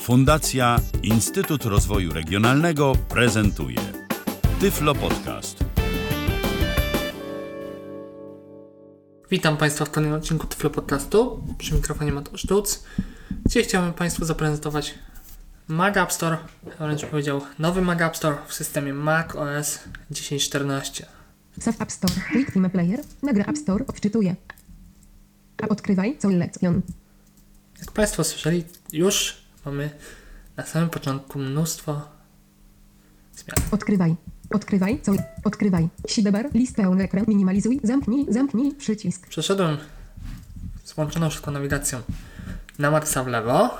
Fundacja Instytut Rozwoju Regionalnego prezentuje Tyflo Podcast. Witam Państwa w kolejnym odcinku Tyflo Podcastu przy mikrofonie Mateusz Tuc, gdzie chciałbym Państwu zaprezentować Mac App Store, a wręcz powiedział nowy Mac App Store w systemie Mac OS 10.14. Save App Store. Kliknij na player. Nagra App Store. Odczytuję. A odkrywaj selection. Jak Państwo słyszeli, już mamy na samym początku mnóstwo zmian. Odkrywaj. Odkrywaj co. Odkrywaj. Sidebar. List pełny ekran. Minimalizuj. Zamknij. Zamknij. Przycisk. Przeszedłem z włączoną szybką nawigacją na maksa w lewo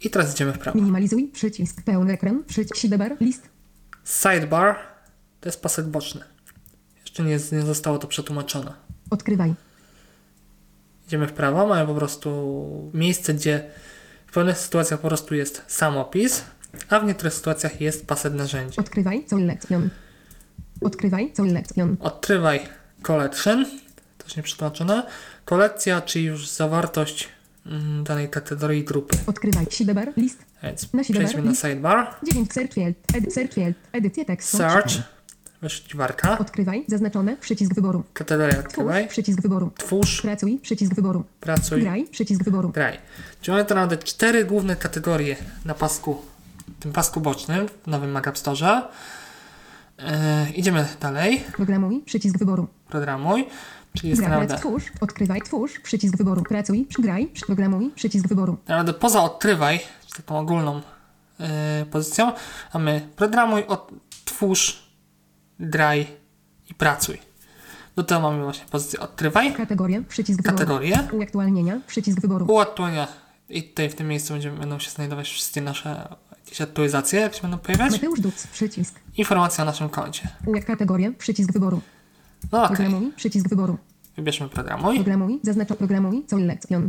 i teraz idziemy w prawo. Minimalizuj. Przycisk. Pełny ekran. Przycisk. Sidebar. List. Sidebar to jest pasek boczny. Jeszcze nie, nie zostało to przetłumaczone. Odkrywaj. Idziemy w prawo, mamy po prostu miejsce, gdzie w pewnych sytuacjach po prostu jest samopis, a w niektórych sytuacjach jest pasek narzędzi. Odkrywaj selection. Odkrywaj selection. Odkrywaj collection, też nie przetłumaczone. Kolekcja, czyli już zawartość mm, danej kategorii grupy. Odkrywaj. Sidebar. List. A Więc Na sidebar przejdźmy na list. sidebar, 9. Search field. Edit. Search field. Edycje tekstu. search, wyszukiwarka, Odkrywaj. Zaznaczone. Przycisk wyboru. kategoria Twórz. odkrywaj, Przycisk wyboru. twórz, Pracuj. Przycisk wyboru. pracuj, Graj. Przycisk wyboru. graj. Czyli mamy tak naprawdę cztery główne kategorie na pasku, tym pasku bocznym w nowym Mac App Store. E, idziemy dalej, Programuj. Przycisk wyboru. programuj, czyli jest Graj, naprawdę, twórz, odkrywaj, twórz, przycisk wyboru, pracuj, graj, programuj, przycisk wyboru, naprawdę poza odkrywaj, czyli taką ogólną e, pozycją, mamy programuj, od, twórz, graj i pracuj. Do tego mamy właśnie pozycję odkrywaj, kategorie, przycisk wyboru, kategorie, uaktualnienia, przycisk wyboru, uaktualnienia i tutaj w tym miejscu będziemy, będą się znajdować wszystkie nasze jakieś aktualizacje, jak się będą pojawiać, Mateusz Duc, przycisk, informacja o naszym koncie. uak- kategorie, przycisk wyboru, No okej, programuj, przycisk wyboru, wybierzmy programuj, programuj, zaznacza programuj, selection,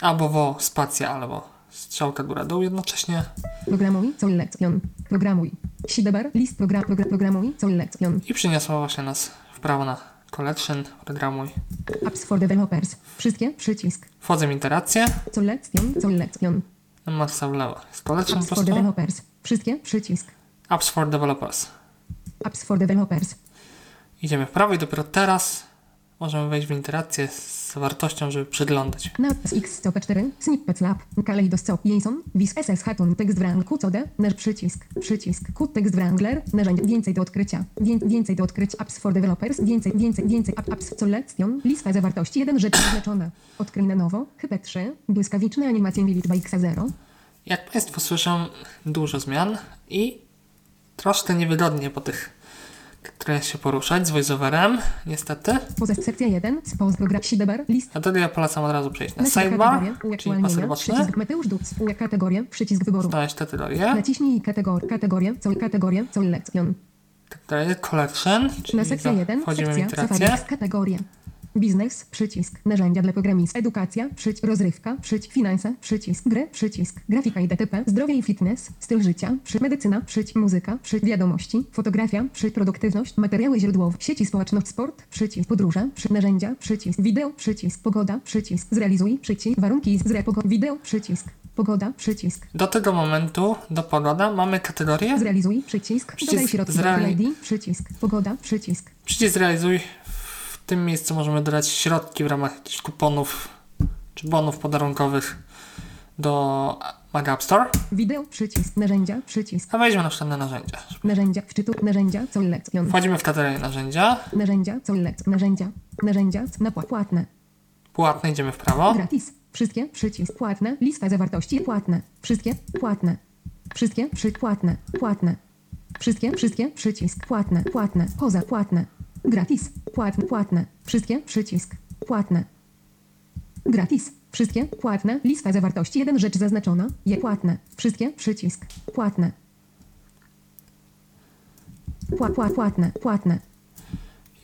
albo wo spacja, albo strzałka góra-dół jednocześnie. programuj, selection, programuj, sidebar, list, program, program, programuj, selection, I przyniosła właśnie nas w prawo na collection, programuj. apps for developers, wszystkie, przycisk, Wchodzę w iterację, selection, selection, no masa w lewo. Jest collection po apps for prostu. developers, wszystkie, przycisk, Apps for developers. apps for developers, Idziemy w prawo i dopiero teraz możemy wejść w iterację z zawartością, żeby przeglądać. Na X104, Snippet Lab, Kaleidoskop, Jason, Wis SS Hatun, tekst Wrangler, QCD, nasz przycisk, przycisk, Q, tekst Wrangler, narzędzie, więcej do odkrycia, wię, więcej do odkryć, apps for developers, więcej, więcej, więcej, app, apps, selection, lista zawartości, jeden rzecz zaznaczona, odkryj na nowo, chyba 3, błyskawiczne animacje, liczba x0, Jak Państwo słyszą, dużo zmian i troszkę niewygodnie po tych, które się poruszać z voiceoverem, niestety. poza sekcja 1, spoz program, sidebar, list, Dlatego ja polecam od razu przejść na nacisk sidebar, kategorię, czyli pasek uaktualnienia, boczny, przycisk Mateusz Duc, kategorię, przycisk wyboru, znaleźć kategorię, naciśnij kategorię, kategorię, co, kategorię, selection. kategorię collection, czyli Na sekcję za- 1, wchodzimy w sekcja iterację. Safari, kategorie. Biznes, przycisk, narzędzia dla programistów, edukacja, przycisk, rozrywka, przycisk, finanse, przycisk, gry, przycisk, grafika i DTP, zdrowie i fitness, styl życia, przy medycyna, przycisk, muzyka, przy wiadomości, fotografia, przy produktywność, materiały źródłowe, sieci społeczne, sport, przycisk, podróże, przy narzędzia, przycisk, wideo, przycisk, pogoda, przycisk, zrealizuj, przycisk, warunki, zre, pogo- wideo, przycisk, pogoda, przycisk, Do tego momentu, do pogoda, mamy kategorię. zrealizuj, przycisk, dodaj Przycisk środki, zreali- ID, przycisk, pogoda, przycisk, Przycisk zrealizuj. W tym miejscu możemy dodać środki w ramach jakichś kuponów czy bonów podarunkowych do Mac App Store. wideo, przycisk, narzędzia, przycisk. A weźmy na przykład na narzędzia. Narzędzia, wczytu, narzędzia, selection. Wchodzimy w kategorię narzędzia. Narzędzia, selection. Narzędzia, narzędzia, na pła- płatne. Płatne idziemy w prawo. Gratis. Wszystkie, przycisk, płatne. Lista zawartości, płatne. Wszystkie, płatne. Wszystkie, przy, płatne, płatne. Wszystkie, wszystkie, przycisk, płatne, płatne. Poza, płatne. Gratis, płatne, płatne. Wszystkie, przycisk, płatne. Gratis. Wszystkie, płatne. Lista zawartości, jeden rzecz zaznaczona, je płatne. Wszystkie, przycisk, płatne. Pła, pła, płatne, płatne.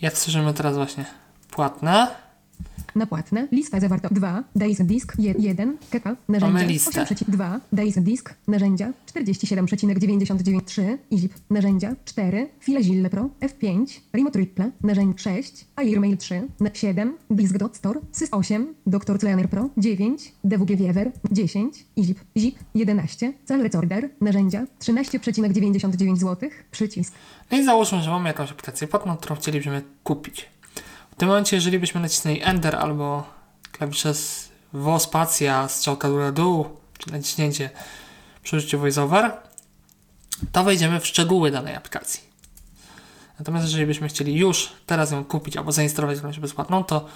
Jak słyszymy teraz właśnie płatne. na płatne, lista zawarta 2, Days Disk 1, Keka, narzędzia Mamy listę. 8,2, Days Disk, narzędzia 47,99, 3, IZIP, narzędzia 4, File Zille Pro, F5, Remote Triple, narzędzia 6, Airmail 3, na- 7, Disk.store, Sys 8, Dr. Cleaner Pro 9, DWG Wiewer 10, IZIP, ZIP 11, Cell Recorder, narzędzia 13,99 zł, przycisk. No i załóżmy, że mamy jakąś aplikację płatną, którą chcielibyśmy kupić. W tym momencie, jeżeli byśmy nacisnęli Enter albo klawisze z W, spacja, strzałka góra, dół, czy naciśnięcie przy użyciu VoiceOver, to wejdziemy w szczegóły danej aplikacji. Natomiast jeżeli byśmy chcieli już teraz ją kupić albo zainstalować jakąś bezpłatną, to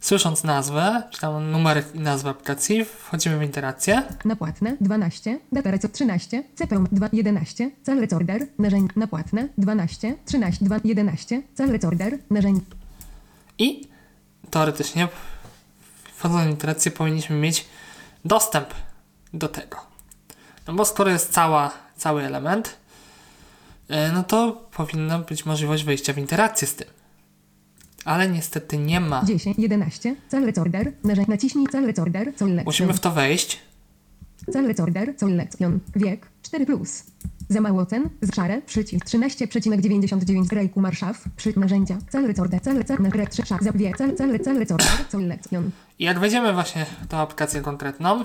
słysząc nazwę, czy tam numer i nazwę aplikacji, wchodzimy w interakcję. Na płatne 12, data reco 13, CPUM 2, 11, cel recorder, narzędzie na płatne 12, 13, 2, 11, cel recorder, narzędzie I teoretycznie, wchodząc w interakcję, powinniśmy mieć dostęp do tego. No bo skoro jest cała, cały element, e, no to powinna być możliwość wejścia w interakcję z tym. Ale niestety nie ma. 10, 11, cel recorder, narzędzie naciśnij cel recorder, Musimy selection, w to wejść. cel recorder, selection, wiek 4+. Plus. Za mało cen, z szare, przycisk 13,99 grejku marszaf, przy narzędzia, cel recorder, cel, cel, cel, 3 szaf, za wie, cel, cel, cel recorder, selection, I jak wejdziemy właśnie w tą aplikację konkretną,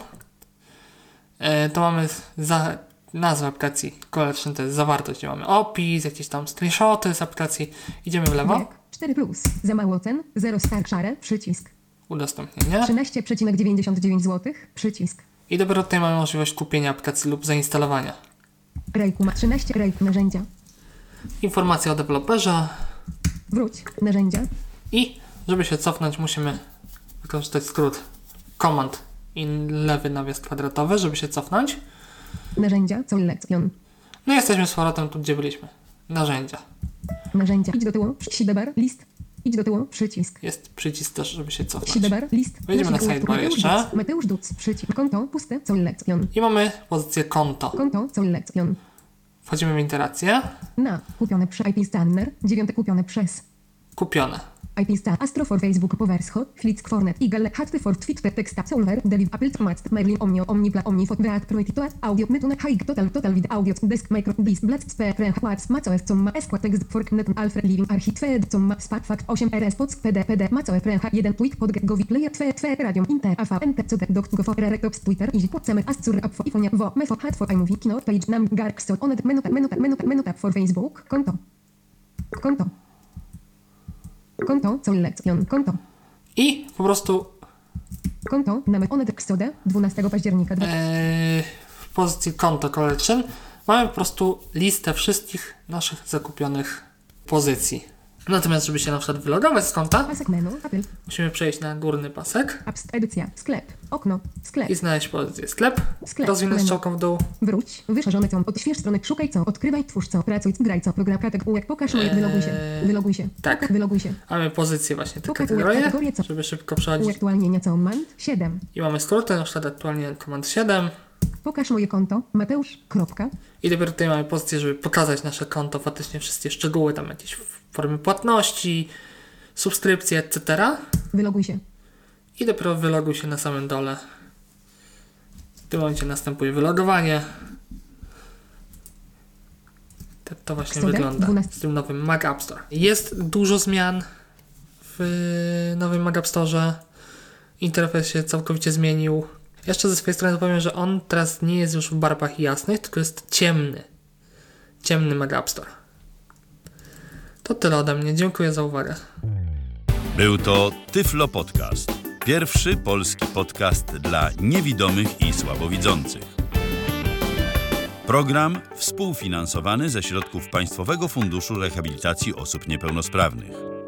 e, to mamy za, nazwę aplikacji collection, to jest zawartość, gdzie mamy opis, jakieś tam screenshoty z aplikacji. Idziemy w lewo, wiek 4+. Plus. Za mało cen, 0 star, szare, przycisk. udostępnienie. 13,99 zł, przycisk. I dopiero tutaj mamy możliwość kupienia aplikacji lub zainstalowania. Rejku ma 13, rejk narzędzia. Informacja o deweloperze Wróć, narzędzia, i żeby się cofnąć musimy wykorzystać skrót Command i lewy nawias kwadratowy, żeby się cofnąć. narzędzia, selection, No i jesteśmy z powrotem tu, gdzie byliśmy. Narzędzia. narzędzia. Idź do tyłu, przy- sidebar, list. Idź do tyłu, przycisk. Jest przycisk też, żeby się cofnąć. Sidebar, list. Wejdziemy na Nacisk sidebar Mateusz jeszcze. Duc, Mateusz Duc, przycisk. Konto, puste, selection. I mamy pozycję konto. Konto, selection. Wchodzimy w interakcję. Na, kupione przez IP Stanner, dziewiąte kupione przez Kupione. IP Star, Astro for Facebook, Powersho, Flitz, Fornet, Eagle, Hat, for Twitter, Texta, Solver, Deliv, Apple, Matst, Merlin, Omnio, Omnipla, Omnifot, Beat, Pruity, Toa, Audio, Netun, Haig, Total, Total, Vid, Audio, Desk, Micro, Disk, Blast, Spectre, Wats, Macoe, Comma, Esqua, Text, Fork, Netun, Alfred, Living, Archit, Fed, Comma, Spat, Fact, 8, RS, Pods, PD, PD, Macoe, Preha, 1, Tweet, Podg, Govi, Player, Twe, Twe, Radio, Inter, AV, NT, CD, Doct, Gofo, Reretops, Twitter, Izi, Pucem, Ascur, Apfo, Ifonia, Wo, Mefo, Hat, For, iMovie, Kino, Page, Nam, Gark, Sol, Onet, Menu, Menu, Menu, Menu, For Facebook, Konto. Konto. Konto, selection, konto. I po prostu Konto, nawet one tekstoda, 12 października. dwa- Eee, w pozycji konto collection mamy po prostu listę wszystkich naszych zakupionych pozycji. Natomiast, żeby się na przykład wylogować z konta, Pasek menu, Apple, musimy przejść na górny pasek apps, edycja, sklep, okno, sklep, i znaleźć pozycję sklep, Sklep. rozwinąć Menu. strzałką w dół, wróć, wyszerzone co, odśwież stronę, szukaj co, odkrywaj, twórz co, pracuj, graj co, program, katek, ułek, pokaż ułek, wyloguj się, wyloguj się, tak. wyloguj się, mamy pozycję właśnie te Pokaż kategorie, kategorie, co- żeby szybko przechodzić. uaktualnienia co, mand, 7, I mamy skróty, na przykład aktualnie Command 7 pokaż moje konto, Mateusz, kropka, i dopiero tutaj mamy pozycję, żeby pokazać nasze konto, faktycznie wszystkie szczegóły, tam jakieś formy płatności, subskrypcje, etc. wyloguj się, i dopiero wyloguj się na samym dole. W tym momencie następuje wylogowanie. Tak to właśnie Studen- wygląda 12. z tym nowym Mac App Store. Jest dużo zmian w nowym Mac App Store. Interfejs się całkowicie zmienił. Jeszcze ze swojej strony powiem, że on teraz nie jest już w barwach jasnych, tylko jest ciemny. Ciemny Mac App Store. To tyle ode mnie. Dziękuję za uwagę. Był to Tyflo Podcast. Pierwszy polski podcast dla niewidomych i słabowidzących. Program współfinansowany ze środków Państwowego Funduszu Rehabilitacji Osób Niepełnosprawnych.